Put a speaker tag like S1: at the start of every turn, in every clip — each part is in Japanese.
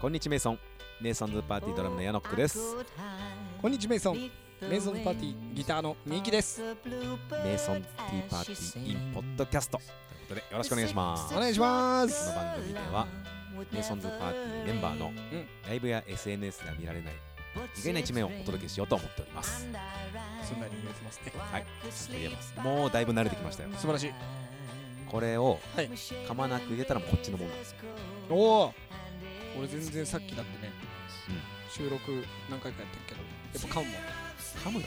S1: こんにちはメイソンネイソンズパーティードラムのヤノックです
S2: こんにちはメイソンメイソンズパーティーギターのみゆきです
S1: メイソンティーパーティーインポッドキャストということでよろしくお願いします
S2: お願いしま
S1: こ
S2: す
S1: の番組ではメイソンズパーティーメンバーの
S2: ん
S1: ライブや SNS では見られない意外な一面をお届けしようと思っております
S2: そんなに言えてますね
S1: はいちょっと言えますもうだいぶ慣れてきましたよ
S2: 素晴らしい
S1: これを
S2: はい
S1: 噛まなく入れたらもうこっちのもんなんですよ
S2: おお俺全然さっきだってね、収録何回かやってるけどやっぱ噛むもんね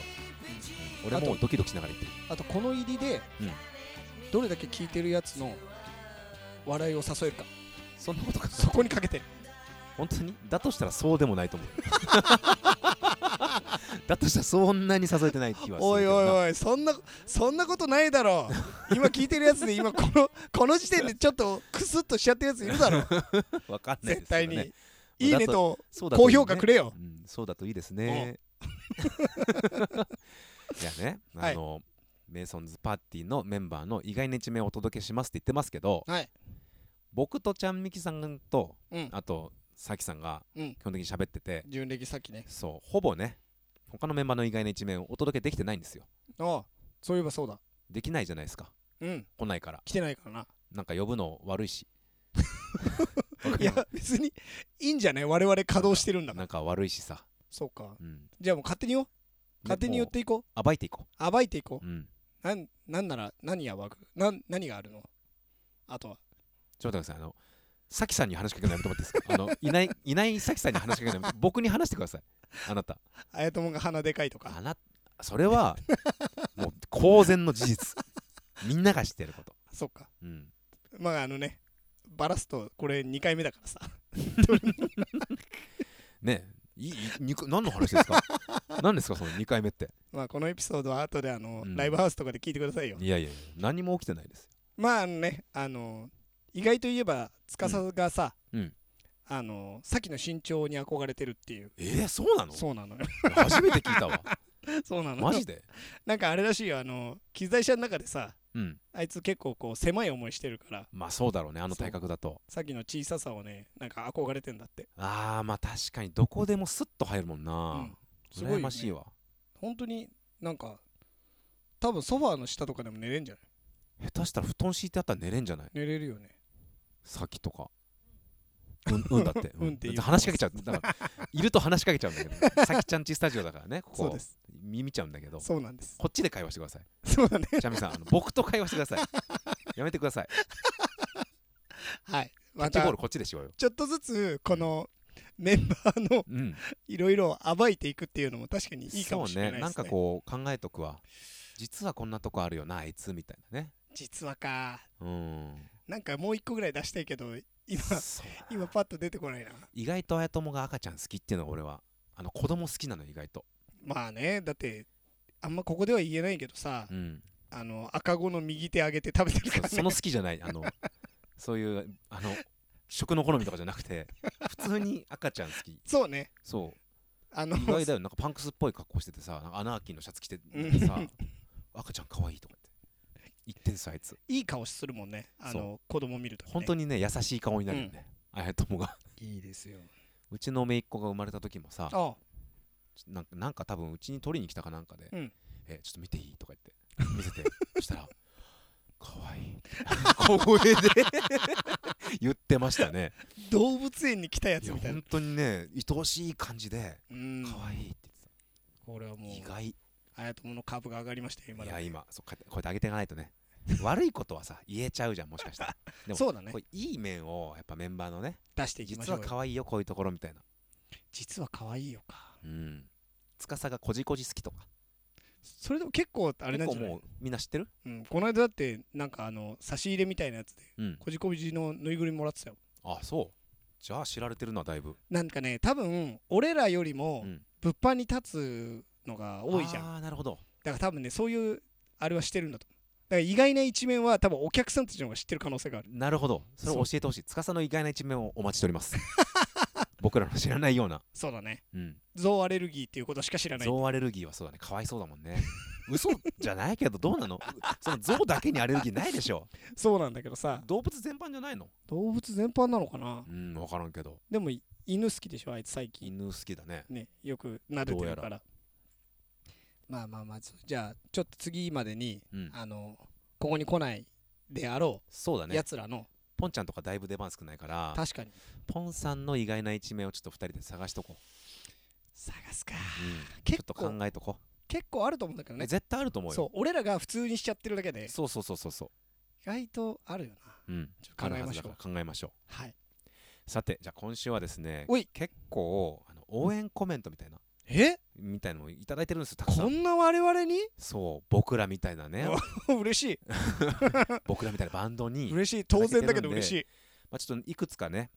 S1: 噛むよ俺もうドキドキしながら言ってる
S2: あとこの入りで、
S1: うん
S2: どれだけ聞いてるやつの笑いを誘えるか
S1: そんなことか
S2: そこにかけてる
S1: 本当にだとしたらそうでもないと 思うだとしたらそんなに誘えてない気はする
S2: お
S1: け
S2: い
S1: どな
S2: おいおいそんなそんなことないだろう今聞いてるやつで今このこの時点でちょっとクスッとしちゃってるやついるだろう
S1: わかんないですよ
S2: 絶
S1: ね
S2: 対に、いいねと
S1: そうだと
S2: 高
S1: いいね
S2: 評価くれよ
S1: うん、そうだといいですね いやね
S2: は
S1: あ
S2: い
S1: の、メイソンズパーティーのメンバーの意外な一面をお届けしますって言ってますけど
S2: はい
S1: 僕とちゃんみきさんと
S2: うん
S1: あとさきさんが基
S2: うん
S1: 本的に喋ってて、
S2: 純歴さっきね
S1: そうほぼね他のメンバーの意外な一面をお届けできてないんですよ
S2: ああそういえばそうだ
S1: できないじゃないですか
S2: うん
S1: 来ないから
S2: 来てないからな
S1: なんか呼ぶの悪い し
S2: いや別にいいんじゃない我々稼働してるんだから
S1: なんか悪いしさ、
S2: そうか
S1: うん、
S2: じゃあもう勝手によ勝手に寄っていこ
S1: もう暴いていこ
S2: う暴いていこ
S1: う、うん、
S2: うなんなんなら何やばくなん何があるのあとは
S1: ちょっと待ってくださいあのさきさんに話しかけないと思っていいですかあのいないいないさきさんに話しかけ ない僕に話してくださいあなた
S2: あやともが鼻でかいと
S1: あ
S2: か
S1: なそれはもう公然の事実みんなが知ってること、
S2: そっか
S1: うん、
S2: まああのねバラすとこれ2回目だからさ
S1: ねえいいに何の話ですか何ですかその2回目って
S2: まあこのエピソードは後であの、
S1: うん
S2: ライブハウスとかで聞いてくださいよ
S1: いやいやいや何も起きてないです
S2: まああのねあの意外といえば司がさ、
S1: うんうん
S2: あのさっきの身長に憧れてるっていう
S1: えー、そうなの
S2: そうなのよ
S1: 初めて聞いたわ
S2: そうなの
S1: マジで
S2: なんかあれらしいよあの機材車の中でさ
S1: うん
S2: あいつ結構こう狭い思いしてるから
S1: まあそうだろうねあの体格だと
S2: さっきの小ささをねなんか憧れてんだって
S1: あーまあ確かにどこでもスッと入るもんな、
S2: うんすごいよ
S1: 羨
S2: ね
S1: ましいわ
S2: 本当になんか多分ソファーの下とかでも寝れんじゃない
S1: 下手したら布団敷いてあったら寝れんじゃない
S2: 寝れるよね
S1: 先とかうん、うんだって
S2: うんって言う
S1: 話しかけちゃうだからいると話しかけちゃうんだけ どさきちゃんちスタジオだからねここ
S2: そうです
S1: 耳ちゃうんだけど
S2: そうなんです
S1: こっちで会話してください
S2: そうだね
S1: ちゃみさん あの僕と会話してくださいやめてください
S2: はい
S1: キャ
S2: ま
S1: ッチボー
S2: た
S1: ルこっちでしようよ
S2: ちょっとずつこのメンバーの
S1: うん
S2: いろいろ暴いていくっていうのも確かにいいかもしれ
S1: そう
S2: な
S1: ね
S2: いですね
S1: なんかこう考えとくわ実はこんなとこあるよなあいつみたいなね
S2: 実はか
S1: うん
S2: なんかもう一個ぐらい出したいけど今
S1: そう
S2: 今パッと出てこないな
S1: 意外と綾友が赤ちゃん好きっていうのが俺はあの子供好きなの意外と、
S2: まあねだってあんまここでは言えないけどさ、
S1: うん、
S2: あの赤子の右手上げて食べてるから、
S1: そ
S2: ね、
S1: その好きじゃないあのそういうあの食の好みとかじゃなくて普通に赤ちゃん好き
S2: そうね
S1: そ
S2: あ
S1: う
S2: の
S1: 意外だよなんかパンクスっぽい格好しててさなんかアナーキーのシャツ着てなんかさ
S2: うん
S1: 赤ちゃん可愛いとか言って言ってんすよあいつ
S2: いい顔するもんねあ
S1: そ
S2: の子供見ると、ね、
S1: 本当にね優しい顔になるよね、あやともが
S2: いいですよ
S1: うちの姪っ子が生まれた時もさ
S2: あ
S1: なんかなんか多分うちに取りに来たかなんかで「
S2: うん
S1: えちょっと見ていい?」とか言って見せてそしたら「かわいい」小声で 言ってましたね
S2: 動物園に来たや
S1: い
S2: つ
S1: や
S2: みたいな
S1: 本当にね愛おしい感じで
S2: う
S1: 「
S2: ん
S1: かわいい」って言ってた、
S2: これはもう
S1: 意外い
S2: あやともの株が上がりましたよ今だ
S1: や今そうこうやってこうやって上げていかないとね悪いことはさ言えちゃうじゃんもしかしたらでも
S2: そうだね
S1: こういい面をやっぱメンバーのね
S2: 出していきまし
S1: 実
S2: ょう
S1: は
S2: よ
S1: 可愛いよこういうところみたいな
S2: 実は可愛いよか
S1: うん司がこじこじ好きとか
S2: それでも結構あれなんじゃ
S1: 結
S2: な
S1: 構
S2: い
S1: もうみんな知ってる
S2: うん、この間だってなんかあの差し入れみたいなやつで
S1: うん
S2: こじこじのぬいぐるみもらってたよ
S1: あそうじゃあ知られてるなだいぶ
S2: なんかね多分俺らよりも
S1: うん
S2: 物販に立つのが多いじゃん、だ
S1: ああーなるほど
S2: から多分ねそういうあれはしてるんだと思うだから意外な一面は多分お客さんたちの方が知ってる可能性がある
S1: なるほどそれを教えてほしい司の意外な一面をお待ちしております僕らの知らないような、
S2: そうだね
S1: うん、
S2: 象アレルギーっていうことしか知らない
S1: 象アレルギーはそうだねかわいそうだもんね 嘘じゃないけどどうなのその象だけにアレルギーないでしょ
S2: そうなんだけどさ
S1: 動物全般じゃないの
S2: 動物全般なのかな
S1: うん分からんけど
S2: でもい犬好きでしょあいつ最近
S1: 犬好きだね
S2: ねよく撫で
S1: どう
S2: て
S1: やら
S2: るからまあまあまあそじゃあちょっと次までに、
S1: うん
S2: あのここに来ないであろ
S1: そうだ
S2: う、
S1: ね
S2: やつらの
S1: ポンちゃんとかだいぶ出番少ないから
S2: 確かに
S1: ポンさんの意外な一面をちょっと2人で探しとこ
S2: 探すか
S1: う、うんちょ
S2: 結
S1: っと
S2: 構
S1: 考えとこ
S2: 結構あると思うんだけど
S1: う、
S2: ね
S1: 絶対あると思う
S2: そ
S1: よ
S2: う俺らが普通にしちゃってるだけで
S1: そうそうそうそうそ
S2: 意外とあるよな
S1: う、うん、
S2: ちょっと考えまし
S1: あるはずだ
S2: ょう
S1: から考えましょ
S2: はい。
S1: うさてじゃあ今週はですね
S2: おい
S1: 結構あの応援コメントみたいな
S2: え
S1: みたいなのをいただいてるんですよたくさ
S2: こ
S1: ん
S2: んな我々に
S1: そう僕らみたいなね
S2: うわ嬉し
S1: 僕らみたいなバンド
S2: い。
S1: に、ま
S2: 嬉しい。当然だけど嬉しい。
S1: あ、ちょっといくつかね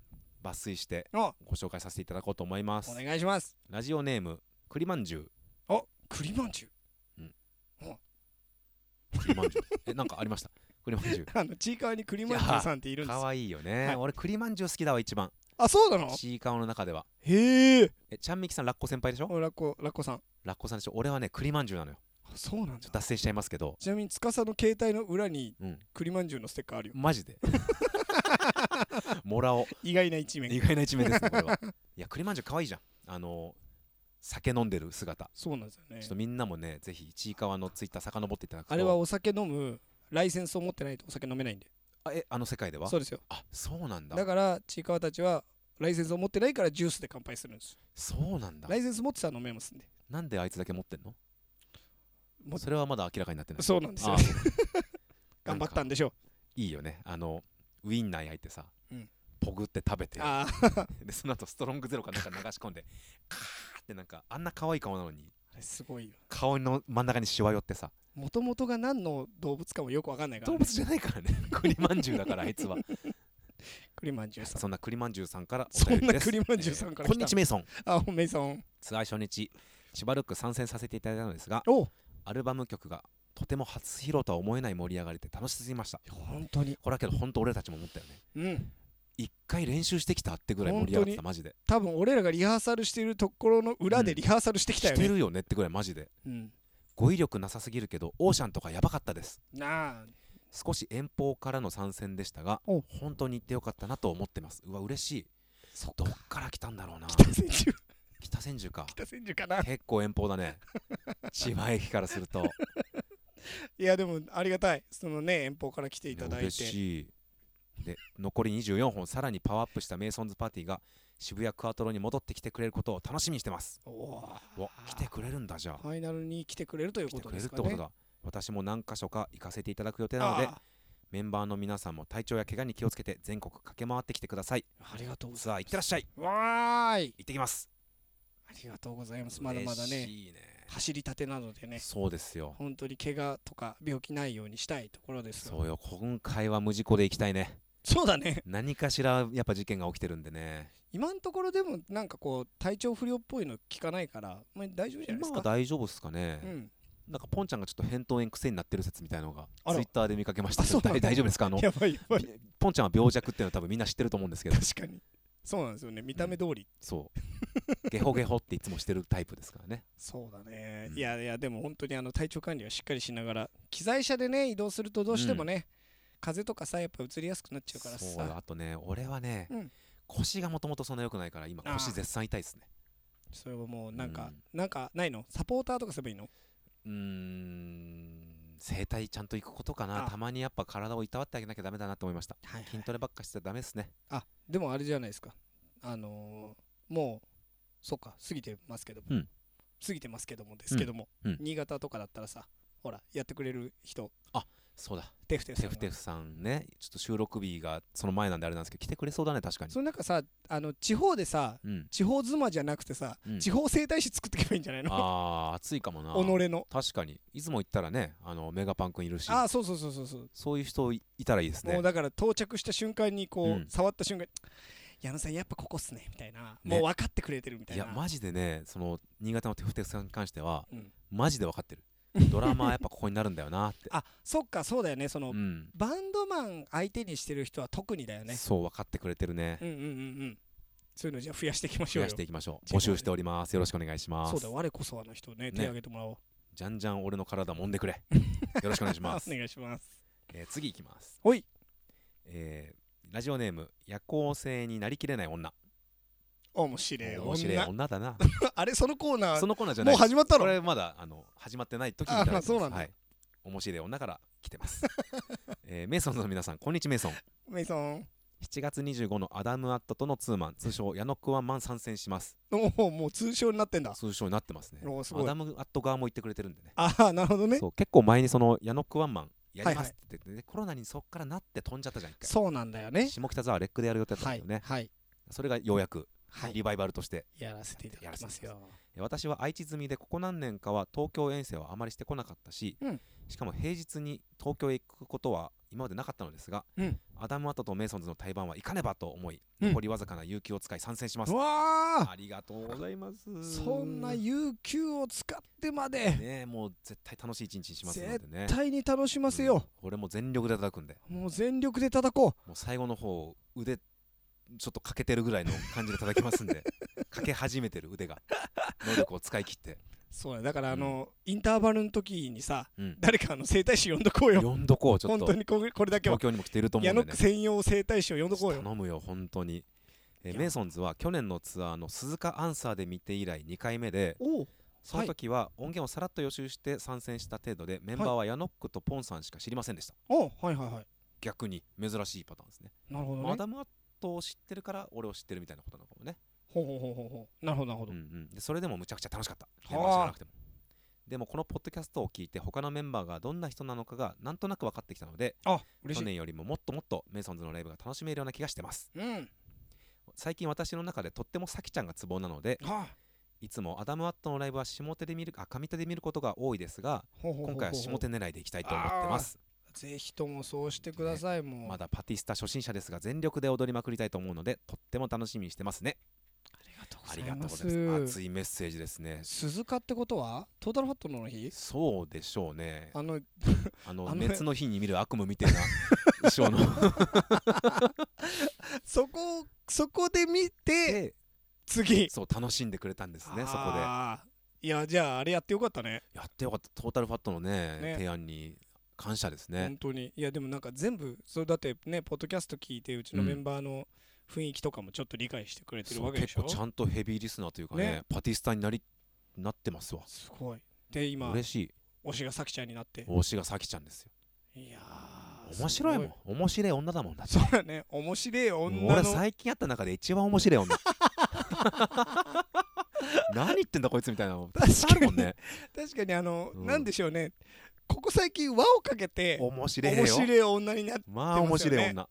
S1: 抜粋して
S2: お
S1: ご紹介させていただこうと思います
S2: お願いします。
S1: ラジオネームくりまんじゅう
S2: お栗まんじゅ
S1: くりまん じゅうえなんかありましたくりまんじゅう
S2: う。 あの、ちいかわに栗まんじゅうさんっているんです
S1: 可
S2: よ。
S1: 愛いよね、
S2: はい
S1: 俺くりまんじゅう好きだわ一番
S2: あ、そうなの
S1: ちいかわの中では
S2: へえ。
S1: えちゃんみきさんラッコ先輩でしょ
S2: おラッコ、ラッコさん。
S1: ラッコさんでしょ俺はねくりまんじゅうなのよ
S2: あそうなんだ。
S1: 脱線しちゃいますけど
S2: ちなみに、司の携帯の裏に
S1: うん
S2: 栗まんじゅうのステッカーあるよ。
S1: マジ でもらおう
S2: 意外な一面。
S1: 意外な一面ですねこれ はいやくりまんじゅう可愛いじゃんあの酒飲んでる姿
S2: そうなんですよね
S1: ちょっと。みんなもねぜひちいかわのツイッター遡っていただくと
S2: あれはお酒飲む、ライセンスを持ってないとお酒飲めないんで。
S1: あえあの世界では
S2: そうですよ。
S1: あそうなんだ
S2: だから、ちいかわたちは、ライセンスを持ってないからジュースで乾杯するんです。
S1: そうなんだ
S2: ライセンス持ってたら飲めますんで。
S1: なんであいつだけ持ってんの
S2: も
S1: それはまだ明らかになってない
S2: そうなんですよ
S1: あ。
S2: 頑張ったんでしょう。
S1: いいよねあのウインナー焼いてさ、
S2: うん
S1: ポグって食べて
S2: ああ、
S1: でその後ストロングゼロかなんか流し込んでカーってなんかあんな可愛い顔なのに
S2: あれすごいよ。
S1: 顔の真ん中にしわ寄ってさ
S2: もともとが何の動物かもよくわかんないから、
S1: 動
S2: ね。
S1: 物じゃないから ね栗まんじゅうだからあいつは
S2: 栗まんじゅうさん。
S1: そんな栗まんじゅうさんからお便りです
S2: そんな栗まんじゅうさんから
S1: えー
S2: 来た
S1: こんにちメイソン
S2: あ、おめいさん。
S1: ツアー初日千葉ルック参戦させていただいたのですが
S2: お
S1: アルバム曲がとても初披露とは思えない盛り上がりで楽しすぎました
S2: 本当に。
S1: これはけど本当俺たちも思ったよね
S2: うん。
S1: 一回練習してきたってぐらい盛り上がってたマジで
S2: 多分俺らがリハーサルしてるところの裏でリハーサルしてきたよ
S1: して
S2: ね。
S1: るよねってぐらいマジで
S2: うん。
S1: 語彙力なさすぎるけどオーシャンとかやばかったです
S2: なあ。
S1: 少し遠方からの参戦でしたが
S2: お
S1: 本当に行ってよかったなと思ってますうわ嬉しい
S2: そっ
S1: どっから来たんだろうな
S2: 北千住、
S1: 北千住か
S2: 北千住かな。
S1: 結構遠方だ ね千葉駅からすると
S2: いや、でもありがたい。そのね、遠方から来ていただい
S1: 嬉
S2: て。
S1: しいで残り24本さらにパワーアップしたメイソンズパーティーが渋谷クアトロに戻ってきてくれることを楽しみにしてます
S2: おー
S1: うわ来てくれるんだじゃあ
S2: ファイナルに来てくれるという
S1: 来て
S2: こと
S1: くれ
S2: で
S1: るっ
S2: す
S1: て
S2: か
S1: こ
S2: ね。
S1: とだ私も何箇所か行かせていただく予定なので
S2: あ
S1: メンバーの皆さんも体調や怪我に気をつけて全国駆け回ってきてください
S2: ーありがとうござい
S1: ツアー行ってらっしゃい
S2: ます。わーい。
S1: 行ってきます
S2: ありがとうございます。まだまだ
S1: 嬉
S2: ね、
S1: しいね
S2: 走りたてなのでね。
S1: そうですよ
S2: 本当に怪我とか病気ないようにしたいところですよ
S1: そうよ今回は無事故で行きたいね
S2: そうだね
S1: 何かしらやっぱ事件が起きてるんでね
S2: 今のところでもなんかこう体調不良っぽいの聞かないから、まあ、大丈夫じゃないで
S1: 今
S2: す
S1: は
S2: か
S1: 大丈夫ですかね、
S2: うん、
S1: なんかポンちゃんがちょっと扁桃炎癖になってる説みたいなのが
S2: あら
S1: ツイッターで見かけましたけ
S2: あそ
S1: ど
S2: うなん
S1: 大
S2: だ
S1: 大丈夫ですかあの
S2: やばいや ばい
S1: ポンちゃんは病弱っていうのは多分みんな知ってると思うんですけ ど
S2: 確かにそうなんですよね見た目通り、
S1: そうゲホゲホっていつもしてるタイプですからね
S2: そうだね、
S1: うん
S2: いやいやでも本当にあの体調管理はしっかりしながら機材車でね移動するとどうしてもね、風邪とかさやっぱ移りやすくなっちゃうから
S1: そうよ
S2: さ
S1: あとね俺はね、
S2: うん
S1: 腰がもともとそんな良くないから今
S2: あー
S1: 腰絶賛痛いですね
S2: それはもうなんか、
S1: うん
S2: なんかないのサポーターとかすればいいの
S1: うーん整体ちゃんと行くことかな
S2: あ
S1: たまにやっぱ体をいたわってあげなきゃダメだなと思いました
S2: はい
S1: 筋トレばっかしてたらダメですね
S2: あでもあれじゃないですかあのーもうそうか過ぎてますけども、
S1: うん
S2: 過ぎてますけどもですけども、
S1: うんうん
S2: 新潟とかだったらさほらやってくれる人
S1: そうだ
S2: テフテフさ
S1: テ
S2: んが
S1: フテフさんねちょっと収録日がその前なんであれなんですけど来てくれそうだね確かに
S2: そのなんかさあの地方でさ
S1: うん
S2: 地方妻じゃなくてさ、
S1: うん
S2: 地方整体師作っていけばいいんじゃないの
S1: あー暑いかもな
S2: 己の
S1: 確かにいつも行ったらねあのメガパン君いるし
S2: ああそうそうそうそうそう
S1: そういう人いいたらいいです
S2: も
S1: ね
S2: うだから到着した瞬間にこう、
S1: うん
S2: 触った瞬間矢野さんやっぱここっすねみたいな、
S1: ね
S2: もう分かってくれてるみたい
S1: い
S2: な
S1: やマジでねその新潟のテフテフさんに関しては
S2: うん
S1: マジで分か ってるドラマーやっぱここになるんだよなって
S2: あそっかそうだよねその、
S1: うん
S2: バンドマン相手にしてる人は特にだよね
S1: そう分かってくれてるね
S2: うんうんうんうんそういうのじゃあ増やしていきまし
S1: 増
S2: ょう
S1: や
S2: よ
S1: していきましょう
S2: 違う
S1: 募集しておりますよろしくお願いしま
S2: そう
S1: す
S2: だ我こそはの人ね手挙げてもらおう、
S1: じゃんじゃん俺の体揉んでく れよろしくお願いします
S2: お願いします
S1: えー次いきます
S2: ほい
S1: えーラジオネーム夜行性になりきれない女
S2: 面白い
S1: 面白い
S2: 女
S1: 女だ な
S2: あれそのコーナ
S1: そ
S2: ー
S1: のコーナーじゃな
S2: も
S1: いう
S2: 始まった
S1: こ
S2: の
S1: れまだあの始まってない時にいただいて
S2: あま
S1: ま
S2: あ
S1: す
S2: そうなんだ
S1: はい、面白い女から来てます、 えーメイソンの皆さんこんにちはメイソン
S2: メイソン
S1: 7月25のアダム・アットとのツーマン通称ヤノクワンマン参戦します
S2: おおもう通称になってんだ
S1: 通称になってますね
S2: おーす
S1: ア
S2: ごい
S1: ダム・アット側も言ってくれてるんでね
S2: ああなるほどね
S1: そう結構前にそのヤノクワンマンやりますって言って、ねコロナにそっからなって飛んじゃったじゃん一回
S2: そうなんだよね
S1: 下北沢レックでやる予定だったん
S2: は
S1: だ
S2: い
S1: よね、
S2: はい
S1: それがようやく
S2: はい
S1: リバイバルとして、
S2: やらせていただきますよ
S1: え私は愛知住みでここ何年かは東京遠征はあまりしてこなかったし、
S2: うん
S1: しかも平日に東京へ行くことは今までなかったのですが、
S2: うん
S1: アダム・アトとメイソンズの対バンは行かねばと思い、
S2: うん
S1: 残りわずかな勇気を使い参戦します、
S2: うわ
S1: ありがとうございます
S2: ーそんな
S1: ね
S2: 有給を使ってまで
S1: えもう絶対楽しい一日にしますのでね
S2: 絶対に楽しませよ
S1: うん俺も全力で叩くんで
S2: うもう全力で叩こ
S1: もう最後の方腕ちょっと欠けてるぐらいの感じで叩きますん で欠け始めてる腕が能力を使い切って、
S2: うそうだだからあのインターバルの時にさ
S1: うん、
S2: 誰かあの整体師呼んどこうよ
S1: 呼んどこうちょっ
S2: 本
S1: と
S2: 当にこれこれだけは
S1: 東京にも来ていると思う
S2: 矢
S1: んで
S2: 野
S1: ね
S2: 区専用整体師を呼んどこうよ
S1: 頼むよ本当に、えー
S2: いや
S1: メイソンズは去年のツアーの鈴鹿アンサーで見て以来2回目で
S2: おう
S1: その時は音源をさらっと予習して参戦した程度でメンバーはヤノックとポンさんしか知りませんでした、
S2: おうはいはいはい
S1: 逆に珍しいパターンですね
S2: なるほど
S1: まあア
S2: ね
S1: ダム・アットを知ってるから俺を知ってるみたいなことなのかもね、
S2: ほうほうほうほうほうなるほどなるほ
S1: う
S2: ど
S1: んうん、でそれでもむちゃくちゃ楽しかった
S2: あ
S1: メンバー知らなくてもでもこのポッドキャストを聞いて他のメンバーがどんな人なのかがなんとなく分かってきたので
S2: あ嬉
S1: 去
S2: しい
S1: 年よりももっともっとメイソンズのライブが楽しめるような気がしてます
S2: うん
S1: 最近私の中でとってもサキちゃんがツボなので
S2: はい
S1: つもアダム・アットのライブは下手で見るあ上手で見ることが多いですが
S2: ほうほうほうほう
S1: 今回は下手狙いでいきたいと思ってます
S2: ぜひともそうしてください、もう。
S1: まだパティスタ初心者ですが全力で踊りまくりたいと思うのでとっても楽しみにしてますね
S2: ありがとうご
S1: あ
S2: ざ
S1: り
S2: い
S1: がとう
S2: ま
S1: ございます
S2: す。
S1: 熱いメッセージですね
S2: 鈴鹿ってことは、トータルファットの日
S1: そうでしょうね
S2: あの、
S1: あの
S2: あの
S1: 熱の日に見る悪夢みたい なショーの
S2: そこ、そこで見て、
S1: で
S2: 次。
S1: そう楽しんでくれたんですねそこで
S2: で。いや、じゃあ、あれやってよかったね。
S1: やってよかったトータルファットのね
S2: ね
S1: 提案に感謝ですね
S2: 本当に。いや、でもなんか全部、それだってね、ポッドキャスト聞いて、うちの
S1: うん
S2: メンバーの雰囲気とかもちょっと理解してくれてる
S1: そ
S2: わ
S1: う
S2: けでし
S1: 結
S2: ょ。
S1: 構ちゃんとヘビーリスナーというかね
S2: ね
S1: パティスタになりなってますわ
S2: すごい。で、今、
S1: 嬉しい
S2: 推しがさきちゃんになって。
S1: 推しがさきちゃんですよ
S2: いやー
S1: 面白いも
S2: す
S1: ん面白い女だもんだって
S2: ごそうだね、面白い 女
S1: 俺
S2: の。
S1: 最近会った中で一番面白い 女何言ってんだこいつみたいなの
S2: 確かに
S1: あるもんね
S2: 確かにあの、
S1: うん
S2: なんでしょうねここ最近輪をかけて
S1: 面白いよ
S2: 面白い女になって
S1: まあ面白い女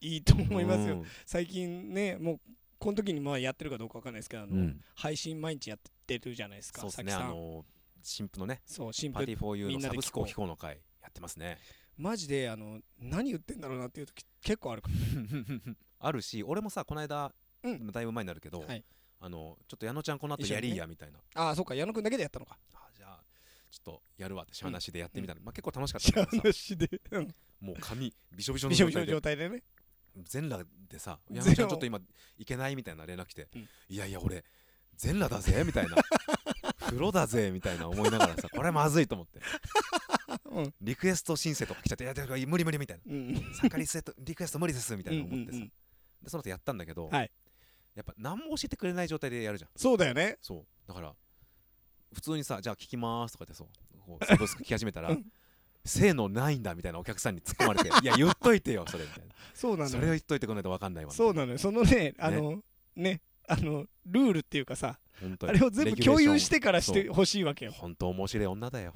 S2: いいと思いますよ、
S1: うん
S2: 最近ねもうこの時にまあやってるかどうかわかんないですけどあの、
S1: うん
S2: 配信毎日やってるじゃないですか
S1: そうです
S2: さ
S1: ね
S2: き
S1: あ
S2: さん
S1: の新婦のね
S2: そう新
S1: パーティ
S2: 婦
S1: ーフォーユー
S2: みん
S1: の
S2: な
S1: サ
S2: で聞こう
S1: ブスクを聞こうの会やってます ね
S2: マジであの何言ってんだろうなっていう時結構あるから
S1: あるし俺もさこの間
S2: うん
S1: だいぶ前になるけど
S2: はい
S1: あのちょっと矢野ちゃんこの後
S2: 一緒に
S1: や
S2: ね
S1: りーやみたいな
S2: ああそうか矢野くんだけでやったのか
S1: あじゃあちょっとやるわってしゃあなしでやってみたのまあ結構楽しかったんだけどさ
S2: 話で うん
S1: もう髪びしょびしょの
S2: びしょ
S1: 状
S2: びしょ
S1: 態
S2: の
S1: で
S2: 状態でね
S1: 全裸でさ「
S2: 全
S1: や
S2: 裸
S1: めちゃんちょっと今行けない」みたいな連絡来て
S2: うん
S1: 「いやいや俺全裸だぜ」みたい な「風呂だぜ」みたいな思いながらさこれまずいと思って
S2: うん
S1: リクエスト申請とか来ちゃって「いやいや無理無理」みたいな
S2: うん
S1: 「盛りスエットリクエスト無理です」みたいな思って
S2: うんう
S1: さ
S2: んうん
S1: でその後やったんだけど
S2: はい
S1: やっぱ何も教えてくれない状態でやるじゃん
S2: そうだよね
S1: そうだから普通にさ「じゃあ聞きます」とか言ってそうこうサブスク聞き始めたら「性能ないんだ」みたいなお客さんに突っ込まれ て「いや言っといてよそれ」みたいな。
S2: そうなの
S1: そ
S2: よ
S1: れを言っといてくれないと分かんないわみたい
S2: そう
S1: な
S2: なのよそのねあのねあのルールっていうかさ
S1: 本当に
S2: あれを全部共有してからし
S1: レ
S2: てほしいわけ
S1: ギュレーション
S2: よ。
S1: 本当面白い女だよ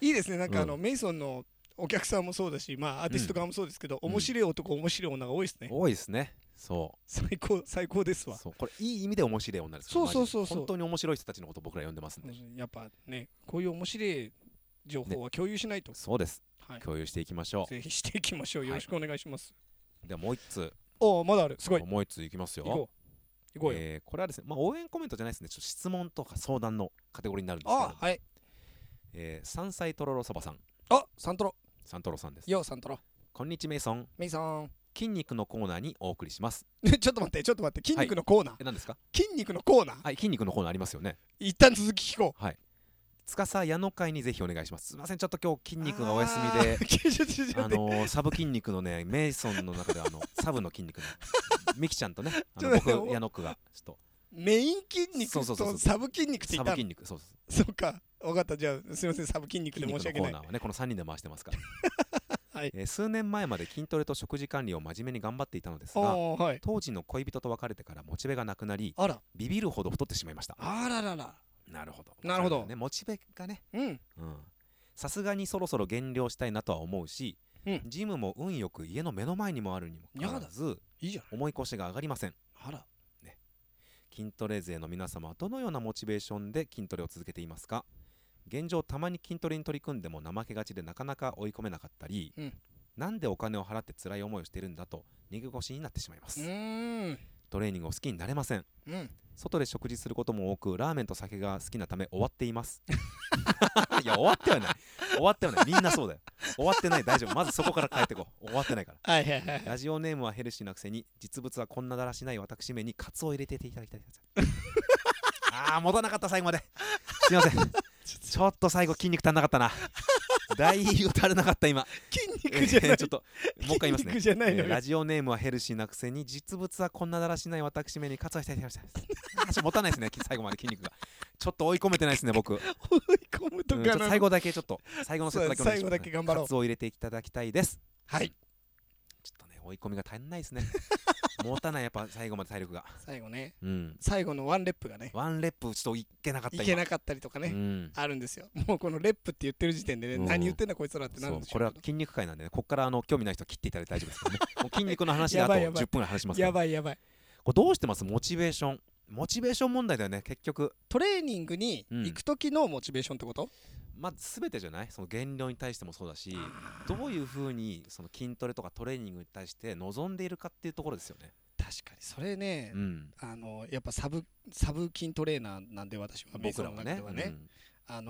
S2: いいですね、なんかあの、
S1: う
S2: メイソンのお客さんもそうだし、まあアーティスト側もそうですけど、面白い男、面白い女が多いですね。
S1: 多いですねそ
S2: 最高、最高です
S1: う
S2: わ。
S1: そうこれいい意味で面白い女です
S2: そう
S1: マジで
S2: そうそうそう
S1: 本当に面白い人たちのこと僕ら呼んでますんで
S2: やっぱね、こういう面白い情報は共有しないと。
S1: そうです
S2: はい、
S1: 共有していきましょ
S2: ぜひしていきましょう。
S1: はい
S2: よろしくお願いします。
S1: うではもう一通
S2: おお、まだある。すごい。
S1: もう一通いきます
S2: 行
S1: よ
S2: こう。行こうよ。
S1: えーこれはですね、まあ、応援コメントじゃないですねちょっと質問とか相談のカテゴリーになるんですけど
S2: あ、はい。
S1: えー山菜とろろそばさん
S2: あ、サントロ。
S1: サントロさんです
S2: よう、サントロ。
S1: こんにちはメイソン
S2: メイソン。
S1: 筋肉のコーナーにお送りします
S2: ちょっと待って、ちょっと待って。筋肉のコーナー。
S1: え何ですか
S2: 筋肉のコーナー。
S1: はい筋肉のコーナーありますよね
S2: 一旦続き聞こう。
S1: 司矢野会にぜひお願いしますすいませんちょっと今日筋肉がお休みで
S2: あーちょちょちょちょ
S1: あのーサブ筋肉のねメイソンの中であのサブの筋肉のミキちゃんとねあの
S2: ちょっと
S1: 僕
S2: 待って
S1: 矢野くがちょっ
S2: メイン筋肉
S1: そうそうそうそ
S2: と
S1: う
S2: サブ筋肉っ
S1: と
S2: てい
S1: サブ
S2: たの
S1: 筋肉そうそう
S2: そうか分かったじゃあすいませんサブ筋肉で
S1: 筋
S2: 申
S1: 肉
S2: し
S1: の
S2: 訳
S1: コ
S2: な
S1: ー
S2: い
S1: ナーはねこの3人で回してますから
S2: はい
S1: えー数年前まで筋トレと食事管理を真面目に頑張っていたのです
S2: あ
S1: が
S2: あはい
S1: 当時の恋人と別れてからモチベがなくなり
S2: あら
S1: ビビるほど太ってしまいました
S2: あららら
S1: なるほど
S2: なるほど
S1: そうだねモチベがね
S2: うん
S1: うんさすがにそろそろ減量したいなとは思うし、
S2: うん
S1: ジムも運よく家の目の前にもあるにもかかわらず
S2: いいじゃん
S1: 思い越しが上がりません
S2: あら
S1: 筋トレ勢の皆様はどのようなモチベーションで筋トレを続けていますか現状たまに筋トレに取り組んでも怠けがちでなかなか追い込めなかったり、
S2: うん
S1: なんでお金を払って辛い思いをしてるんだと逃げ腰になってしまいま
S2: う
S1: す、
S2: ーん
S1: トレーニングを好きになれません
S2: うん
S1: 外で食事することも多くラーメンと酒が好きなため終わっています いや終わってはない終わってはないみんなそうだよ終わってない大丈夫まずそこから変えてこう終わってないから
S2: はいはいはい
S1: ラジオネームはヘルシーなくせに実物はこんなだらしない私めにカツを入れてていただきたいですああ持たなかった最後まですいません ちょっと最後筋肉足んなかったなだいぶ足りなかった今
S2: 筋肉じゃない
S1: ちょっともう一回言います
S2: 筋肉
S1: ね
S2: じゃないの
S1: えー
S2: よ
S1: ラジオネームはヘルシーなくせに実物はこんなだらしない私めにカツを入れていただきたいですあーちょっと持たないですね最後まで筋肉がちょっと追い込めてないですね 僕
S2: 追い込むと
S1: うんちょっ
S2: かな
S1: と
S2: の
S1: 最後だけちょっと最後のセットだけお願いし
S2: そう
S1: ま
S2: 最後
S1: す
S2: だけ頑張ろう
S1: カツを入れていただきたいです
S2: はい
S1: ちょっとね追い込みが足りないですね 持たないやっぱ最後まで体力が
S2: 最後ね
S1: うん
S2: 最後のワンレップがね
S1: ワンレップちょっといけなかった
S2: い
S1: 今
S2: けなかったりとか
S1: う
S2: ね
S1: ん
S2: あるんですよもうこのレップって言ってる時点でね
S1: うん
S2: 何言ってんだこいつらってな
S1: そ
S2: るん
S1: う
S2: です
S1: これは
S2: よ
S1: 筋肉界なんでねここからあの興味ない人は切っていただいて大丈夫ですからねもう筋肉の話であ
S2: や
S1: と
S2: ばい
S1: 10
S2: やばい
S1: 分ぐらい話しますか
S2: や
S1: らこ
S2: ばいやばい
S1: れどうしてますモチベーションモチベーション問題だよね結局
S2: トレーニングに行く時のモチベーションってこと
S1: まあ全てじゃないその減量に対してもそうだし
S2: あー
S1: どういうふうにその筋トレとかトレーニングに対して望んでいるかっていうところですよね
S2: 確かにそれね
S1: うん
S2: あのやっぱサブサブ筋トレーナーなんで私は
S1: 僕らは
S2: ベー
S1: ね
S2: スの中ではあ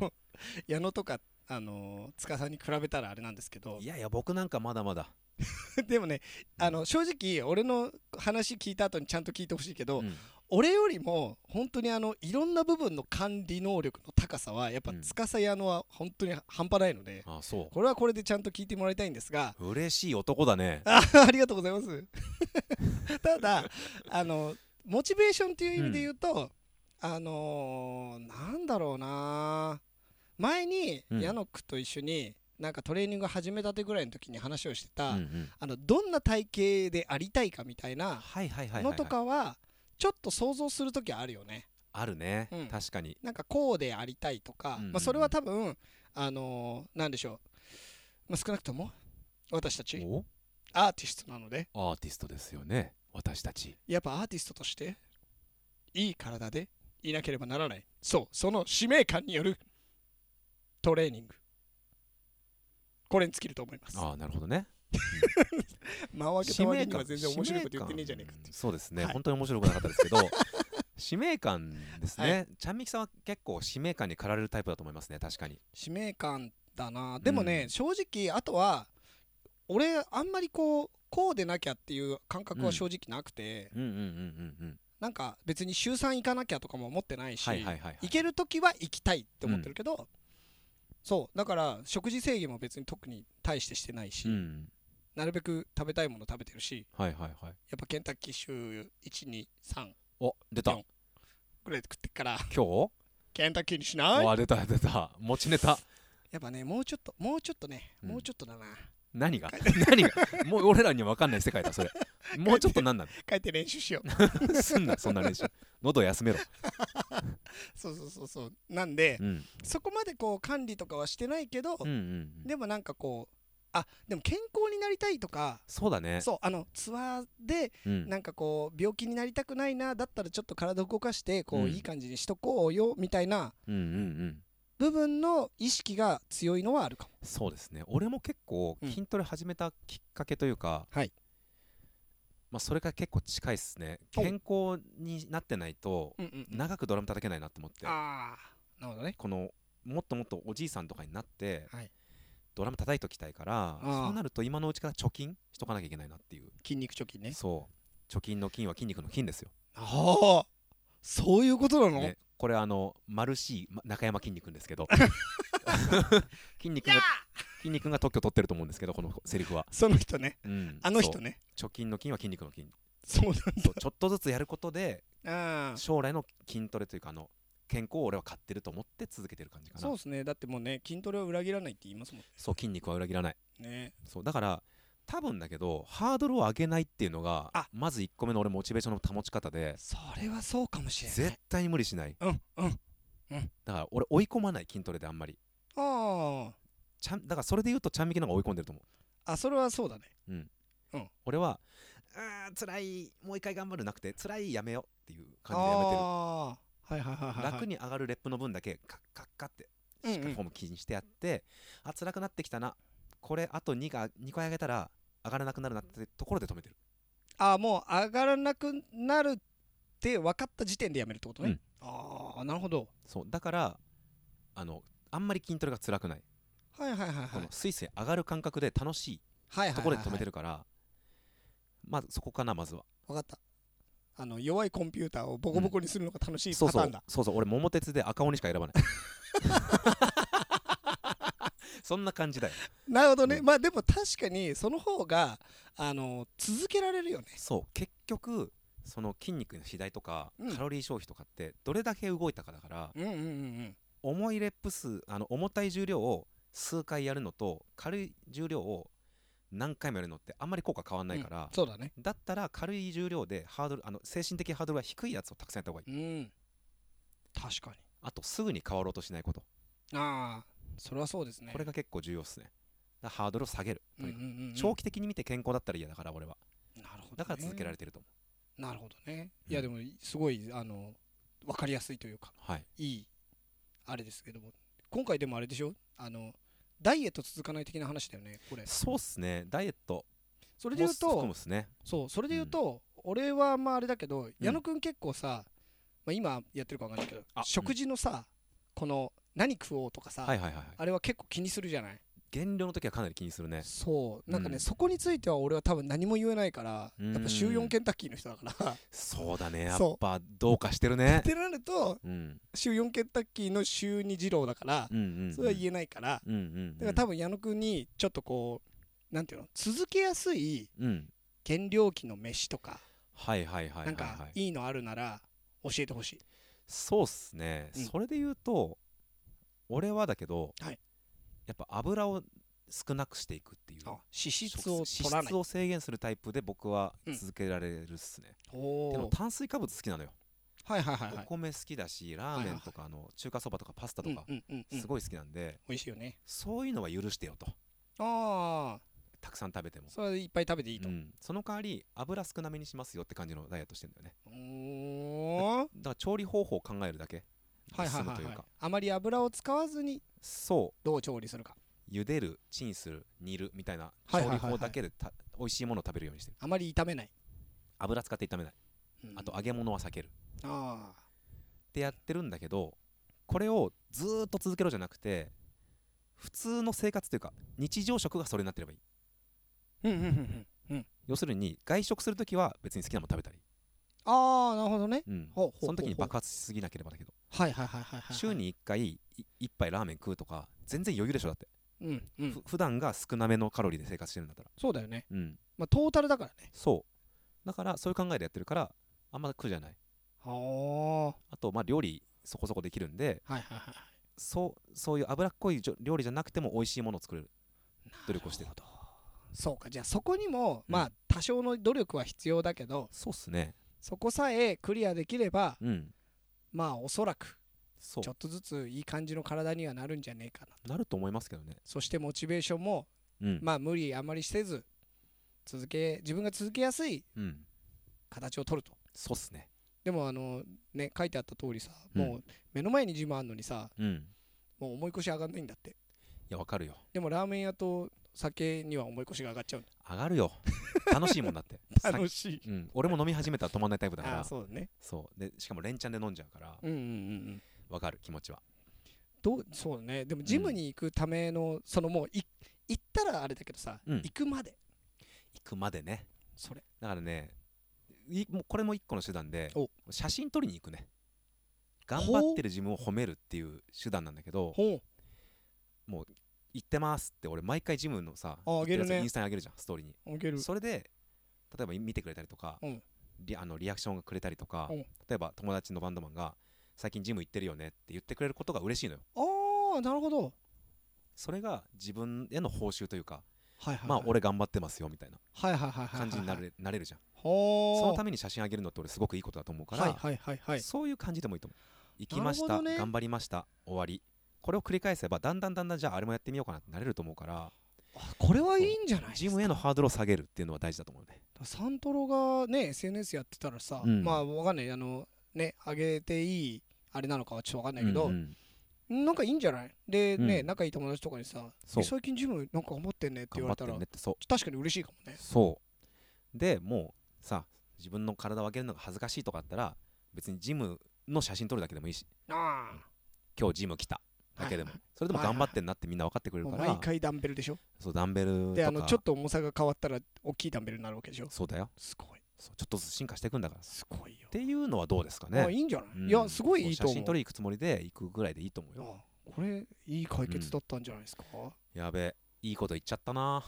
S2: の 矢野とかあの塚さんに比べたらあれなんですけ
S1: う
S2: ど
S1: んいやいや僕なんかまだまだ、
S2: でもねあの正直俺の話聞いた後にちゃんと聞いてほしいけど、
S1: うん
S2: 俺よりも本当にあのいろんな部分の管理能力の高さはやっぱ
S1: うん
S2: 司矢野は本当に半端ないので、
S1: ああそ
S2: これはこれでちゃんと聞いてもらいたいんですが
S1: う嬉しい男だね
S2: あ ありがとうございます ただあのモチベーションっていう意味で言うと、あのーなんだろうな前に
S1: うん
S2: 矢野くと一緒になんかトレーニング始めたてぐらいの時に話をしてた、
S1: うんうん
S2: あのどんな体型でありたいかみたいな
S1: はいはいはいはい、
S2: の
S1: は
S2: と
S1: い、
S2: かはちょっと想像する時はあるよね
S1: あるね、
S2: うん
S1: 確かに
S2: なんかこうでありたいと
S1: うん
S2: か、
S1: うんうん
S2: まあ、それは多分あのーなんでしょう、まあ、少なくとも私たち
S1: お
S2: アーティストなので
S1: アーティストですよね私たち
S2: やっぱアーティストとしていい体でいなければならないそうその使命感によるトレーニングこれに尽きると思います
S1: ああなるほどね
S2: 間を開けた割には全然面白いこと言ってねえじゃねえか
S1: 使命感そうですね、
S2: はい
S1: 本当に面白くなかったですけ ど使命感ですね、
S2: は
S1: ちゃんみきさんは結構使命感に駆られるタイプだと思いますね確かに
S2: 使命感だなでもね、
S1: うん
S2: 正直あとは俺あんまりこうこうでなきゃっていう感覚は正直なくて、
S1: うんうんうんうんうん
S2: なんか別に週3行かなきゃとかも思ってないし、
S1: はいはいはい、はい、
S2: 行ける時は行きたいって思ってるけど、そうだから食事制限も別に特に大してしてないし、
S1: うん
S2: なるべく食べたいもの食べてるし
S1: はいはいはい
S2: やっぱケンタッキー週123
S1: お出た
S2: よんぐらいで食ってっから
S1: 今日
S2: ケンタッキーにし
S1: あ
S2: ない
S1: 出た出た持ちネタ
S2: やっぱねもうちょっともうちょっとね、
S1: うん
S2: もうちょっとだな
S1: 何 が何がもう俺らには分かんない世界だそれもうちょっと何な
S2: 帰って練習しよう
S1: の すんなそんな練習喉休めろ、
S2: そうそうそうそうなんで
S1: うん、
S2: そこまでこう管理とかはしてないけど、
S1: うんうんうん
S2: でもなんかこうあでも健康になりたいとか
S1: そうだね
S2: そうあのツアーで
S1: うん
S2: なんかこう病気になりたくないなだったらちょっと体動かしてこう、
S1: うん
S2: いい感じにしとこうよみたいな
S1: うんうんうん
S2: 部分の意識が強いのはあるかも
S1: そうですね俺も結構
S2: うん
S1: 筋トレ始めたきっかけというか、
S2: はい
S1: まあ、それが結構近いですね
S2: お
S1: 健康になってないと
S2: うんうんうん
S1: 長くドラム叩けないなって思って
S2: ああなるほどね
S1: このもっともっとおじいさんとかになって、
S2: はい
S1: ドラム叩いときたいから
S2: あー
S1: そうなると今のうちから貯金しとかなきゃいけないなっていう
S2: 筋肉貯金ね
S1: そう貯金の金は筋肉の金ですよ、
S2: ああそういうことなの、
S1: ね、これあのマルシーま中山筋肉ですけど 筋肉
S2: いや
S1: が筋肉が特許取ってると思うんですけどこのセリフは、
S2: その人ね
S1: うん
S2: あの人ね
S1: そう貯金の金は筋肉の金
S2: そうなん
S1: そうちょっとずつやることで
S2: だ。ああ。
S1: 将来の筋トレというかあの健康を俺は買ってると思って続けてる感じかな
S2: そうですね。だってもうね、筋トレを裏切らないって言いますもん
S1: そう筋肉は裏切らない
S2: ね。
S1: そうだから多分だけどハードルを上げないっていうのが
S2: あ
S1: まず1個目の俺モチベーションの保ち方で
S2: それはそうかもしれな
S1: 絶
S2: い。
S1: 対に無理しない
S2: うん、う
S1: だ
S2: ん。
S1: から俺追い込まない筋トレであんまり
S2: あ
S1: ちゃんだからそれで言うとちゃんみきの方が追い込んでると思
S2: あ。あ、それはそうだね。
S1: ううん、
S2: うん
S1: 俺はあー辛いもう一回頑張るなくて辛いやめようっていう
S2: あ
S1: 感じでやめてる
S2: あー。はいはいはいはいはい。
S1: 楽に上がるレップの分だけカッカッカッって
S2: うんうん
S1: しっかりフォーム気にしてやって、あ辛くなってきたなこれあと2が2回上げたら上がらなくなるなってところで止めてる
S2: ああ、もう上がらなくなるって分かった時点でやめるってことね。
S1: うん
S2: ああ、なるほど。
S1: そうだからあのあんまり筋トレが辛くない、
S2: はいはいはいはい。
S1: このスイスイ上がる感覚で楽し
S2: はいはいはいはい
S1: いところで止めてるから、まあそこかなまずは
S2: 分かったあの弱いコンピューターをボコボコにするのが楽しい
S1: そう
S2: パタ
S1: そ
S2: ー
S1: う
S2: ンだ、
S1: そうそう俺桃鉄で赤鬼しか選ばない そんな感 じだよ
S2: なるほどね、
S1: うん
S2: まあでも確かにその方があの続けられるよね
S1: そう結局その筋肉の肥大とか、
S2: うん
S1: カロリー消費とかってどれだけ動いたかだから
S2: うんうんうんうん
S1: 重いレップ数あの重たい重量を数回やるのと軽い重量を何回もやるのってあんまり効果変わんないから、
S2: そうだね
S1: だったら軽い重量でハードルあの精神的ハードルが低いやつをたくさんやった方がいい
S2: うん確かに
S1: あとすぐに変わろうとしないこと
S2: ああそれはそうですね
S1: これが結構重要っすねだからハードルを下げる、
S2: うんうんうんうん
S1: 長期的に見て健康だったら嫌だから俺は
S2: なるほどね、
S1: だから続けられてると思
S2: なるほどね
S1: うん
S2: いやでもすごいあの分かりやすいというか
S1: う、はい
S2: いいあれですけども今回でもあれでしょあのダイエット続かない的な話だよねこれ
S1: そうっすねダイエット
S2: それで
S1: も
S2: 言うと
S1: 含むっすね
S2: そうそれで言うと、俺はまああれだけど矢野くん結構さ、まあ、今やってるか分かんないけど
S1: あ
S2: 食事のさ、この何食おうとかさ、
S1: はいはいはいはい
S2: あれは結構気にするじゃない
S1: 減量の時はかなり気にするね
S2: そうなんか
S1: う
S2: ね、
S1: ん
S2: そこについては俺は多分何も言えないから
S1: うん
S2: やっぱ週4ケンタッキーの人 だから
S1: そうだねや
S2: そう
S1: っぱどうかしてる ね
S2: ってなると
S1: うん
S2: 週4ケンタッキーの週2二郎だから、
S1: うんうんうん
S2: それは言えないから、
S1: うんうん
S2: だから多分矢野くんにちょっとこうなんていうの続けやすい
S1: うんうん
S2: 減量期の飯とか、
S1: はいはいはいはい、はい、
S2: なんかいいのあるなら教えてほしい
S1: そうっすね、
S2: うん
S1: それで言うと俺はだけど、
S2: はい
S1: やっぱ油を少なくしていくっていう
S2: あ脂質
S1: 食
S2: を
S1: 脂
S2: 取らない
S1: 質を制限するタイプで僕は
S2: うん
S1: 続けられるっすね、
S2: お
S1: でも
S2: お
S1: 炭水化物好きなのよ、
S2: はいはいはいはい
S1: お米好きだしラーメンとかあの中華そばとかパスタとか
S2: うんうんうんうん
S1: すごい好きなんで、
S2: 美味しいよね
S1: そういうのは許してよと
S2: ああ
S1: たくさん食べても
S2: それいっぱい食べていいと、
S1: うんその代わり油少なめにしますよって感じのダイエットしてんだよね
S2: おおー
S1: だから調理方法を考えるだけ
S2: はいはい
S1: 進む
S2: は
S1: と
S2: い、
S1: いう
S2: はい
S1: か、
S2: あまり油を使わずに
S1: そう
S2: どう調理するか
S1: 茹でるチンする煮るみたいな
S2: はい
S1: 調
S2: はいはいは
S1: 理
S2: い
S1: 法だけでた美味しいものを食べるようにしてる
S2: あまり炒めない、
S1: 油使って炒めない
S2: うん
S1: あと揚げ物は避ける
S2: あ
S1: ってやってるんだけどこれをずーっと続けろじゃなくて普通の生活というか日常食がそれになってればいい
S2: ーうんうんうんうんうん
S1: 要するに外食するときは別に好きなもの食べたり、
S2: ああなるほどね
S1: うん、
S2: ほうほうほうほう
S1: その時に爆発しすぎなければだけど
S2: はいはいはいはいはい
S1: 週に1回い1杯ラーメン食うとか全然余裕でしょだって、
S2: うんうん
S1: ふ普段が少なめのカロリーで生活してるんだったら
S2: そうだよね
S1: うん
S2: まあトータルだからね
S1: そうだからそういう考えでやってるからあんま苦じゃない
S2: ああは
S1: あとまあ料理そこそこできるんで
S2: いはいはい
S1: そうそういう脂っこいじょ料理じゃなくても美味しいものを作れる努力をしてる
S2: なるほどそうかじゃあそこにも、まあ多少の努力は必要だけど
S1: そうっすね
S2: そこさえクリアできれば
S1: うん
S2: まあおそらく
S1: そ
S2: ちょっとずついい感じの体にはなるんじゃねえかな
S1: うなると思いますけどね
S2: そしてモチベーションも、
S1: うん、
S2: まあ無理あまりせず続け自分が続けやすい
S1: うん、
S2: 形を取ると
S1: そうっすね
S2: でもあのね書いてあった通りさ
S1: うん
S2: もう目の前にジムあんのにさ
S1: うん
S2: もう重い腰上がんないんだって
S1: いやわかるよ
S2: でもラーメン屋と酒には重い腰が上がっちゃうんだ
S1: 上がるよ楽しいもんだってさ
S2: 楽しい
S1: うん、俺も飲み始めたら止まんないタイプだか
S2: あ
S1: ら
S2: あそうだね
S1: そうでしかも連チャンで飲んじゃうから
S2: うんうんうんうん
S1: わかる気持ちは
S2: どうそうだねでもジムに行くための、そのもうい行ったらあれだけどさ、
S1: うん
S2: 行くまで
S1: 行くまでね
S2: それ
S1: だからねいもうこれも一個の手段で
S2: お
S1: 写真撮りに行くね頑張ってる自分を褒めるっていう手段なんだけど
S2: ほう
S1: 行ってますって俺毎回ジムのさ
S2: ああげる
S1: 行って
S2: ね
S1: やつインスタにあげるじゃんストーリーに
S2: あげる
S1: それで例えば見てくれたりとか、
S2: うん
S1: リあのリアクションがくれたりとか
S2: うん
S1: 例えば友達のバンドマンが「最近ジム行ってるよね」って言ってくれることが嬉しいのよ
S2: ああなるほど
S1: それが自分への報酬というか
S2: はいはいはい
S1: まあ俺頑張ってますよみたいな
S2: はいはいはいはいはい
S1: 感じになれなれるじゃん
S2: ほー
S1: そのために写真あげるのって俺すごくいいことだと思うか
S2: はい
S1: ら
S2: はいはいはい
S1: そういう感じでもいいと思う行きまし
S2: なる
S1: た
S2: ほどね
S1: 頑張りました終わりこれを繰り返せばだんだんだんだんじゃああれもやってみようかなってなれると思うから
S2: あこれはいいんじゃないです
S1: ジ
S2: か
S1: ムへのハードルを下げるっていうのは大事だと思うね
S2: サントロがね SNS やってたらさ、
S1: うん
S2: まあわかんないあのね上げていいあれなのかはちょっとわかんないけど、
S1: うんうん
S2: なんかいいんじゃないでね、
S1: うん
S2: 仲いい友達とかにさ「
S1: そう
S2: え最近ジムなんか頑張ってんね」って言
S1: 頑張っ
S2: われ
S1: たて
S2: ら、
S1: るねってそう
S2: 確かに嬉しいかもね
S1: そうでもうさ自分の体を上げるのが恥ずかしいとかあったら別にジムの写真撮るだけでもいいし
S2: あ
S1: 今日ジム来ただけでも
S2: はい
S1: それでも
S2: はいはい
S1: 頑張ってんなってみんな分かってく
S2: あ
S1: れる
S2: もう
S1: か
S2: 毎
S1: ら
S2: 回ダンベルでしょ
S1: そうダンベル
S2: であ
S1: と
S2: の
S1: か
S2: ちょっと重さが変わったら大きいダンベルになるわけでしょ
S1: そうだよ
S2: すごい
S1: そうちょっとずつ進化していくんだからっ
S2: すごいよ、
S1: ていうのはどうですか
S2: あい
S1: ね
S2: いんじゃない、
S1: うん
S2: いやすごいいい
S1: そ
S2: と
S1: う
S2: 思う
S1: 写真撮り行くつもりで行くぐらいでいいと思うよ
S2: あこれいい解決だったんじゃないですか、
S1: やべえいいこと言っちゃったな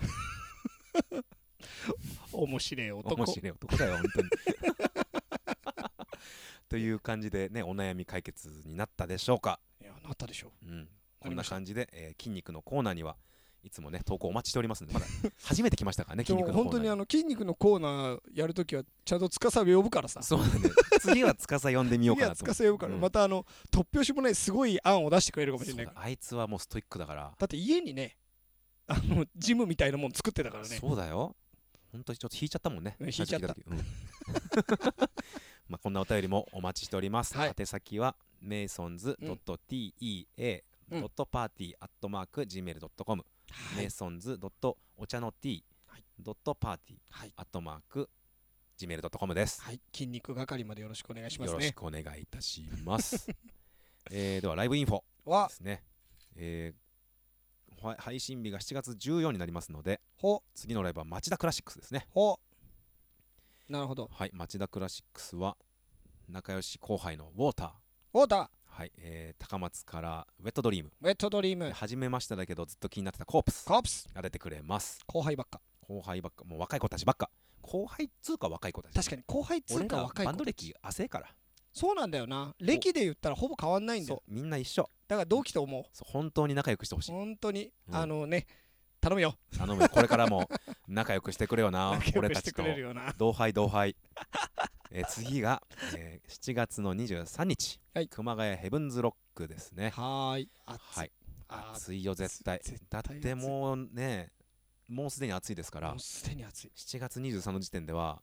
S2: 面白い男
S1: 面白い男だよ本 当にという感じでねお悩み解決になったでしょうか
S2: いやなったでしょ
S1: うん、
S2: な
S1: こ
S2: り
S1: ん
S2: ま
S1: な
S2: した
S1: 感じで、えー筋肉のコーナーにはいつもね投稿お待ちしておりますのでまだ 初めて来ましたからね
S2: で
S1: 筋肉
S2: も
S1: のコーナー
S2: 本当にあの筋肉のコーナーやるときはちゃんと司呼ぶからさ
S1: そうだね次は司呼んでみよう
S2: 次
S1: か
S2: は
S1: なと思っ
S2: 司呼ぶから、
S1: うん
S2: またあの突拍子もないすごい案を出してくれるかも
S1: て
S2: しれな
S1: そ
S2: いか
S1: う
S2: ら
S1: だあいつはもうストイックだから
S2: だって家にねあのジムみたいなもん作ってたからね
S1: そうだよ本当にちょっと引いちゃったもんね
S2: うん引いちゃっ
S1: 最
S2: た
S1: 初聞い時うん まあこんなお便りもお待ちしております、
S2: はい
S1: 宛先は masons.tea
S2: う
S1: ド
S2: ん
S1: ットパーティーアットマーク gmail.com、
S2: は
S1: メ
S2: い
S1: イソンズドットお茶の t
S2: はい
S1: ドットパーティー
S2: はい
S1: アットマーク gmail.com です
S2: はい筋肉係までよろしくお願いしま
S1: よ
S2: す
S1: ろし
S2: ね
S1: くお願いいたし ます。えーではライブインフォ
S2: わ
S1: ですね、えーほ配信日が7月14になりますので、
S2: ほ
S1: 次のライブは町田クラシックスですね。
S2: ほなるほど
S1: はい、町田クラシックスは仲良し後輩のウォーター、
S2: オーダー
S1: はいえー高松からウェットドリーム、
S2: ウェットドリーム
S1: 初めましただけどずっと気になってたコープス
S2: コープス
S1: が出てくれます。
S2: 後輩ばっか
S1: 後輩ばっか、もう若い子たちばっか。後輩っつうか若い子たち。
S2: 確かに後輩っつう
S1: 俺
S2: から若い
S1: バン
S2: 子
S1: ド歴汗から
S2: そうなんだよな歴で言ったらほぼ変わんないんだ
S1: そ
S2: よ
S1: うみんな一緒
S2: だから同期と思う
S1: そう本当に仲良くしてほしい
S2: 本当に、
S1: うん
S2: あのね頼むよ
S1: 頼むよこれからも仲良くしてくれよな
S2: 仲良
S1: 俺
S2: く
S1: た
S2: して
S1: ち
S2: く
S1: と
S2: れるよな
S1: 同輩同輩 えー次が、えー7月の23日、
S2: はい
S1: 熊谷ヘブンズロックですね
S2: はーい暑い、
S1: はい
S2: あ
S1: 暑いよ絶対
S2: 絶
S1: だっ
S2: 対
S1: てもうねもうすでに暑いですか
S2: も
S1: ら
S2: うすでに暑い
S1: 7月23の時点では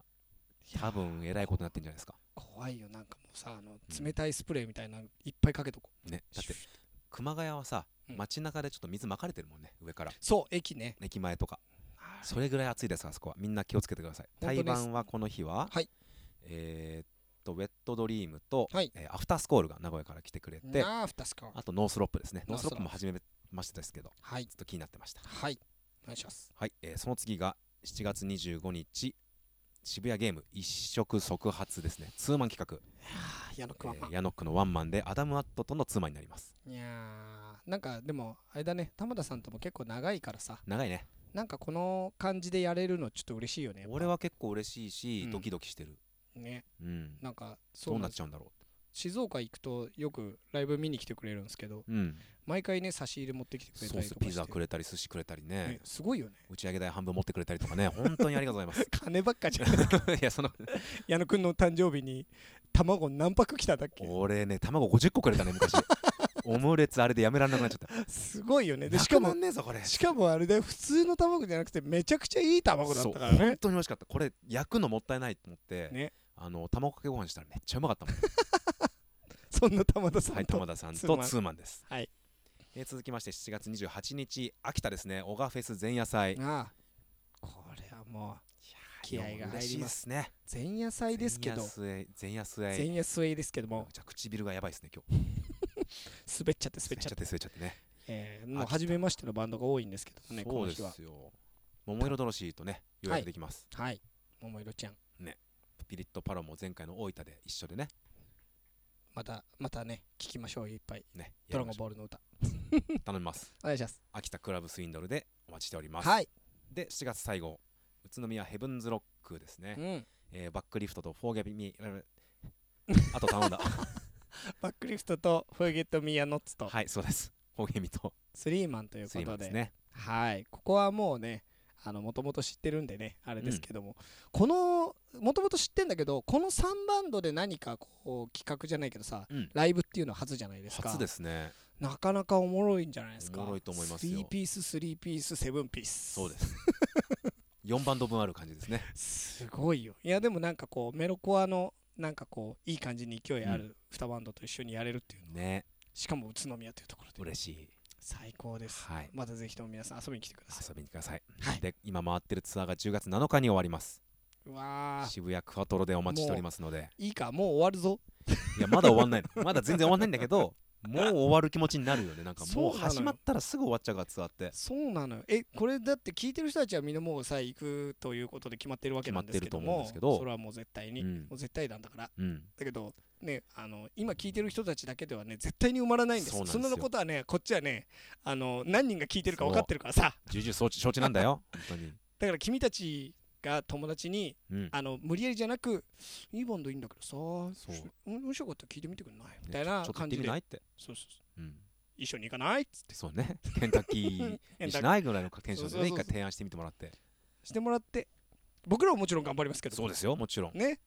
S1: い
S2: や
S1: 多分えらいことになってんじゃないですか
S2: 怖いよなんかもうさあの
S1: うん
S2: 冷たいスプレーみたいなのいっぱいかけとこう
S1: ねだって熊谷はさ
S2: うん
S1: 街中でちょっと水まかれてるもんね上から
S2: そう駅ね
S1: 駅前とか
S2: あー
S1: それぐらい暑いですあそこはみんな気をつけてください
S2: 本当
S1: 対
S2: です
S1: バンはこの日は、
S2: はい
S1: えーっとウェットドリームと、
S2: はい
S1: えーアフタースコールが名古屋から来てくれて
S2: なあふたすか
S1: あとノースロップですね
S2: ノ
S1: ノー
S2: ース
S1: スロッ
S2: ロップ
S1: プも初めましてですけど
S2: はい
S1: ずっと気になってました
S2: はいお願いします
S1: はい、えーその次が7月25日渋谷ゲーム一触即発ですねツーマン企
S2: あー矢野く
S1: 画、
S2: ん
S1: えーヤノックのワンマンでアダム・アットとのツーマンになります
S2: いやーなんかでもあれだね玉田さんとも結構長いからさ
S1: 長いね
S2: なんかこの感じでやれるのちょっと嬉しいよねやっぱ
S1: 俺は結構嬉しいし、
S2: うん
S1: ドキドキしてる
S2: ね
S1: うん
S2: なんかそ
S1: どう
S2: うな
S1: なんっ
S2: です
S1: ちゃうんだろ
S2: 静岡行くとよくライブ見に来てくれるんですけど
S1: ううん
S2: 毎回ね差し入れ持ってきてくれ
S1: ソ
S2: た
S1: ー
S2: り
S1: ス
S2: とか
S1: ピ
S2: して
S1: ザくれたり寿司くれたり
S2: ねすごいよね
S1: 打ち上げ代半分持ってくれたりとかね、本当にありがとうございます。
S2: 金ばっかじゃん
S1: いや、その、
S2: 矢野くんの誕生日に卵何泊来ただっけ
S1: 俺ね、卵50個くれたね、 昔。オムレツあれでやめられなくなっちゃった。
S2: すごいよねで
S1: な
S2: しか
S1: くな
S2: も
S1: んねえぞ、これ。
S2: しかもあれだよ普通の卵じゃなくてめちゃくちゃいい卵だったから
S1: そう
S2: ね
S1: 本当に美味しかった。これ、焼くのもったいないと思って、
S2: ね
S1: あの、卵かけご飯したらめっちゃうまか ったもん。
S2: そんな玉田さんと、
S1: はい、玉田さん
S2: ツー
S1: と
S2: マン
S1: ツーマンです。
S2: はい
S1: えー続きまして、7月28日、秋田ですね、オガフェス前夜祭。
S2: ああこれはもう気合が入ります
S1: すね。
S2: 前夜祭ですけど
S1: 前夜祭、前夜祭。
S2: 前夜祭ですけども
S1: じゃあ唇がやばいですね、今日。
S2: 滑っちゃって滑っちゃっ て
S1: 滑っちゃってね。
S2: えーもう初めましてのバンドが多いんですけどもねこ
S1: そう
S2: の
S1: で
S2: 日は
S1: すよ。桃色ドロシーとね、予約できます。
S2: はい桃色ちゃん
S1: ピリッとパロも前回の大分で一緒でね、
S2: またまたね聞きましょういっぱい
S1: ね
S2: ドラゴン
S1: や
S2: ボールの歌
S1: りましょう頼みます。
S2: お願いします
S1: 秋田クラブスウィンドルでお待ちしております。
S2: はい
S1: で、7月最後、宇都宮ヘブンズロックです
S2: う
S1: ね、
S2: ん
S1: えーバックリフトとフォーゲビミ あと頼んだ
S2: バックリフトとフォーゲットミーアノッツと
S1: はいそうですフォーゲミと
S2: スリーマンという
S1: ス
S2: こ
S1: リーマ
S2: と
S1: ンで
S2: です
S1: ね
S2: はいここはもうねもともと知ってるんでねあれですけども、このもともと知ってんだけどこの3バンドで何かこう企画じゃないけどさ
S1: うん
S2: ライブっていうのは初じゃないですか
S1: 初ですね
S2: なかなかおもろいんじゃないですか
S1: おもろいと思いますよ
S2: 3ピース3ピース7ピース
S1: そう です4バンド分ある感じですね
S2: すごいよいやでもなんかこうメロコアのなんかこういい感じに勢いある2バンドと一緒にやれるっていう、
S1: ね
S2: しかも宇都宮というところで
S1: 嬉しい
S2: 最高です、
S1: はい
S2: またぜひとも皆さん遊びに来てください
S1: 遊びに来てください、
S2: はい
S1: で今回ってるツアーが10月7日に終わります
S2: うわー
S1: 渋谷クワトロでお待ちしておりますので
S2: いいかもう終わるぞ
S1: いやまだ終わ んないのまだ全然終わんないんだけどもう終わる気持ちになるよねなんかも
S2: そう
S1: う
S2: なのよ
S1: 始まったらすぐ終わっちゃうからツアーって
S2: そうなのよえこれだって聞いてる人たちはみんなもうさ行くということで決まってるわけなんですけど
S1: 決まってると思う
S2: も
S1: んですけど
S2: それはもう絶対に、
S1: うん
S2: もう絶対なんだから
S1: うん
S2: だけどねあの今聞いてる人たちだけではね絶対に埋まらないんです
S1: そう
S2: そ
S1: なんで
S2: んな
S1: すよ
S2: のことはねこっちはねあの何人が聞いてるか分かってるからさ
S1: 重々承知承知なんだ よ本当に
S2: だから君たちが友達に
S1: うん
S2: あの無理やりじゃなくいいバンドいいんだけどさ
S1: そう
S2: し面白かったら聞いてみてくんないみた
S1: ね
S2: い
S1: ちょ
S2: な
S1: ちょっと行っ
S2: 感
S1: て
S2: じ
S1: み
S2: で
S1: ないって
S2: そうそうそう
S1: うん
S2: 一緒に行かないっつって
S1: でそう ねケンタッキーにしないぐらいのテンションでね
S2: そ
S1: 一
S2: うそうそうそう
S1: 回提案してみてもらって
S2: してもらって僕らももちろん頑張りますけど
S1: そうですよもちろん
S2: ね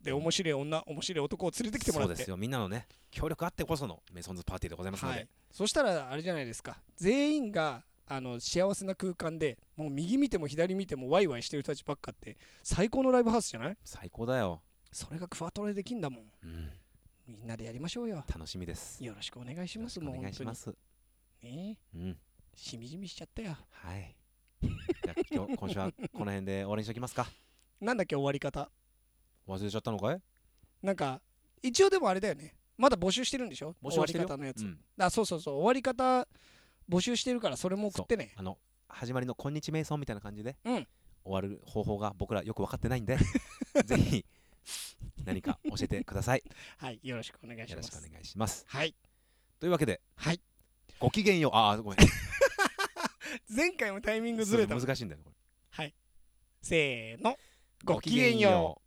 S2: で面白い女面白い男を連れてきてもら
S1: そ
S2: って
S1: うですよみんなのね協力あってこそのメソンズパーティーでございますの
S2: は
S1: で、
S2: い、そしたらあれじゃないですか全員があの幸せな空間でもう右見ても左見てもワイワイしてる人たちばっかって最高のライブハウスじゃない
S1: 最高だよ、
S2: それがクワトレできんだもん
S1: うん、
S2: みんなでやりましょうよ
S1: 楽しみです
S2: よろしくお願いします
S1: よろ
S2: も
S1: し
S2: う
S1: くお願いし
S2: 本
S1: ます
S2: 当にね
S1: うん
S2: しみじみしちゃったよ
S1: はいじゃあ今日今週はこの辺で終わりにしときますか
S2: なんだっけ終わり方
S1: 忘れちゃったのかい
S2: なんか一応でもあれだよねまだ募集してるんでしょ
S1: 募集はして
S2: 終
S1: る
S2: わ
S1: よ
S2: り方のやつ、
S1: うん
S2: あそうそうそう終わり方募集してるからそれも送ってね
S1: あの始まりの「こんにち瞑想」みたいな感じで、
S2: うん
S1: 終わる方法が僕らよく分かってないん でぜひ何か教えてください
S2: はいよろしくお願いし
S1: よろ
S2: ま
S1: しくお
S2: す
S1: 願いします
S2: はい
S1: というわけで、
S2: はい
S1: ごきげんようああごめん
S2: 前回もタイミングずれたもん
S1: 難しいんだよこれ
S2: せーのごきげんよう
S1: う